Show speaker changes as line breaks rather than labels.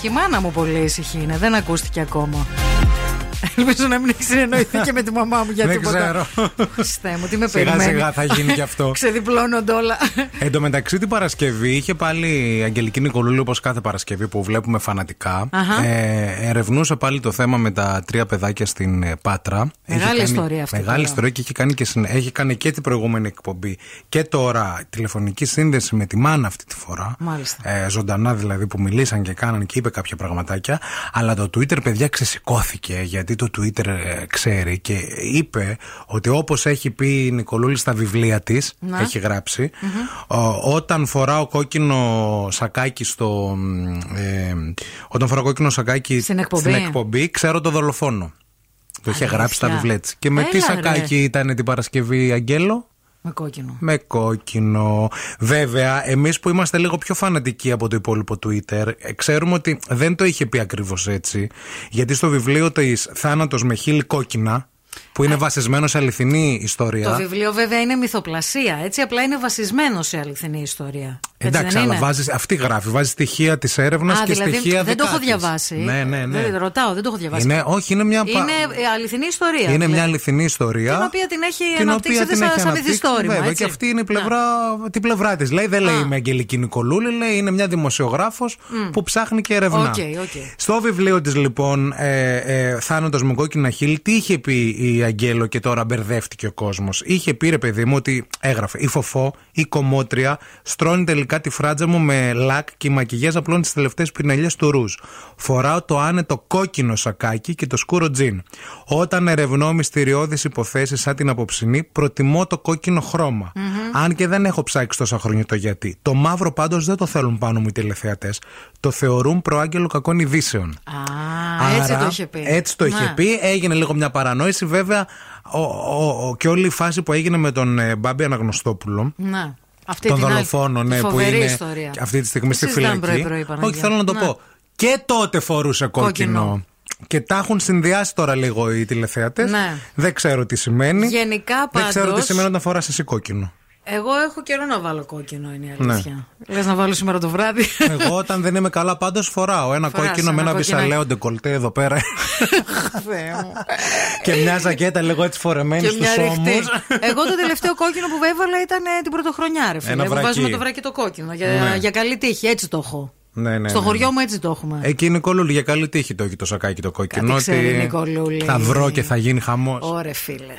Και η μάνα μου πολύ ήσυχη είναι, δεν ακούστηκε ακόμα. Ελπίζω να μην έχεις συνεννοηθεί και με τη μαμά μου για
Δεν
τίποτα.
ξέρω.
Χριστέ μου, τι με
Σιγά
περιμένεις.
σιγά θα γίνει κι αυτό.
Ξεδιπλώνονται όλα.
Εν τω μεταξύ την Παρασκευή είχε πάλι η Αγγελική Νικολούλη όπως κάθε Παρασκευή που βλέπουμε φανατικά
Αχα.
ε, Ερευνούσε πάλι το θέμα με τα τρία παιδάκια στην ε, Πάτρα
Μεγάλη
Έχει κάνει-
ιστορία αυτή
Μεγάλη
τώρα.
ιστορία και έχει κάνει, και, συν- έχει κάνει και την προηγούμενη εκπομπή Και τώρα τηλεφωνική σύνδεση με τη μάνα αυτή τη φορά
Μάλιστα.
ε, Ζωντανά δηλαδή που μιλήσαν και κάναν και είπε κάποια πραγματάκια Αλλά το Twitter παιδιά ξεσηκώθηκε γιατί το Twitter ε, ξέρει Και είπε ότι όπως έχει πει η Νικολούλη στα βιβλία της
Να.
Έχει γραψει Ο, όταν φοράω κόκκινο σακάκι στο. μ, Ε, όταν φοράω κόκκινο σακάκι
Στην εκπομπή.
εκπομπή, ξέρω το δολοφόνο. Το είχε
Αλήθεια.
γράψει στα βιβλία της. Και με τι
Έλα, ρε.
σακάκι ήταν την Παρασκευή, Αγγέλο.
με κόκκινο.
Με κόκκινο. Βέβαια, εμείς που είμαστε λίγο πιο φανατικοί από το υπόλοιπο Twitter, ε, ξέρουμε ότι δεν το είχε πει ακριβώς έτσι. Γιατί στο βιβλίο της Θάνατος με χίλι κόκκινα, που είναι βασισμένο σε αληθινή ιστορία.
Το βιβλίο βέβαια είναι μυθοπλασία, έτσι απλά είναι βασισμένο σε αληθινή ιστορία. Έτσι
Εντάξει,
δεν
αλλά
είναι?
βάζεις, αυτή γράφει. Βάζει στοιχεία της έρευνας
Α,
και
δηλαδή
στοιχεία
δεν το
δικά
έχω
της.
διαβάσει.
Ναι, ναι, ναι.
Δεν, ρωτάω, δεν το έχω διαβάσει.
Είναι, όχι, είναι μια, πα-
Είναι ε, αληθινή ιστορία.
είναι μια
δηλαδή.
αληθινή ιστορία.
Την οποία την έχει
την
αναπτύξει
οποία
δεν
την
σαν-
έχει
σαν
αναπτύξει,
μυθιστόρημα,
Βέβαια,
έτσι. Ναι.
και αυτή είναι η πλευρά, την πλευρά της. Λέει, δεν λέει
Α.
είμαι Αγγελική Νικολούλη, λέει είναι μια δημοσιογράφος που ψάχνει και ερευνά.
Οκ, οκ.
Στο βιβλίο της, λοιπόν, ε, ε, Θάνατος με κόκκινα χείλη, τι είχε πει η Αγγέλο και τώρα μπερδεύτηκε ο κόσμος. Είχε πει, ρε παιδί μου, ότι έγραφε η φοφό, η κομμότρια, στρώνει τελικά τη φράτζα μου με λακ και η μακηγέ απλώνει τις τελευταίες πινελιές του ρουζ. Φοράω το άνετο κόκκινο σακάκι και το σκούρο τζιν. Όταν ερευνώ μυστηριώδεις υποθέσεις σαν την αποψινή, προτιμώ το κόκκινο χρώμα. Αν και δεν έχω ψάξει τόσα χρόνια το γιατί. Το μαύρο πάντως δεν το θέλουν πάνω μου οι τηλεθεατές. Το θεωρούν προάγγελο κακών ειδήσεων.
Α, έτσι
Άρα,
το είχε πει.
Έτσι το είχε
Ναι.
πει. Έγινε λίγο μια παρανόηση. Βέβαια, ο, ο, ο- και όλη η φάση που έγινε με τον ε, Μπάμπη Αναγνωστόπουλο.
Ναι. Αυτή
τον
την άλλη,
δολοφόνο,
τη
ναι, που
φοβερή
είναι
ιστορία.
αυτή τη στιγμή
Το
στη
συζητάμε
φυλακή.
πρωί-πρωί, Παναγία.
Όχι, θέλω να το
Ναι.
πω. Και τότε φορούσε κόκκινο.
Κόκκινο.
Και τα έχουν συνδυάσει τώρα λίγο οι τηλεθεατές.
Ναι.
Δεν ξέρω τι σημαίνει.
Γενικά,
Δεν ξέρω τι
πάντως,
σημαίνει όταν φοράς εσύ κόκκινο.
Εγώ έχω καιρό να βάλω κόκκινο, είναι η αλήθεια. Λες να βάλω σήμερα το βράδυ.
Ναι. Εγώ όταν δεν είμαι καλά, πάντως φοράω ένα
Φοράς
κόκκινο με
ένα
ένα
κόκκινο.
βυσαλέο ντεκολτέ εδώ πέρα.
Θεέ μου.
και μια ζακέτα λίγο έτσι φορεμένη
Και
στους
μια ρηχτή.
ώμους.
Εγώ το τελευταίο κόκκινο που έβαλα ήταν ε, την πρωτοχρονιά, ρε
Ένα
φίλε. Που
βρακί.
βάζουμε το βράκι το κόκκινο. Για,
Ναι.
για καλή τύχη, έτσι το έχω.
Ναι, ναι,
Στο
ναι,
χωριό
ναι.
μου έτσι το έχουμε.
Εκεί η Νικολούλη για καλή τύχη το έχει το σακάκι το κόκκινο.
Κάτι ξέρει η
ότι
Νικολούλη.
Θα βρω και θα γίνει χαμός.
Ωρε φίλε.